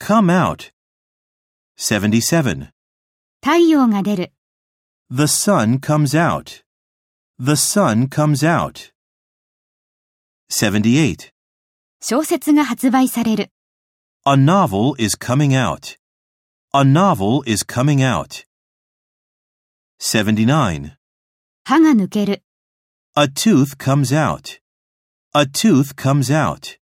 Come out. 77. 太陽が出る、 The sun comes out. The sun comes out. 78. 小説が発売される、 A novel is coming out. A novel is coming out. 79. 歯が抜ける。 A tooth comes out. A tooth comes out.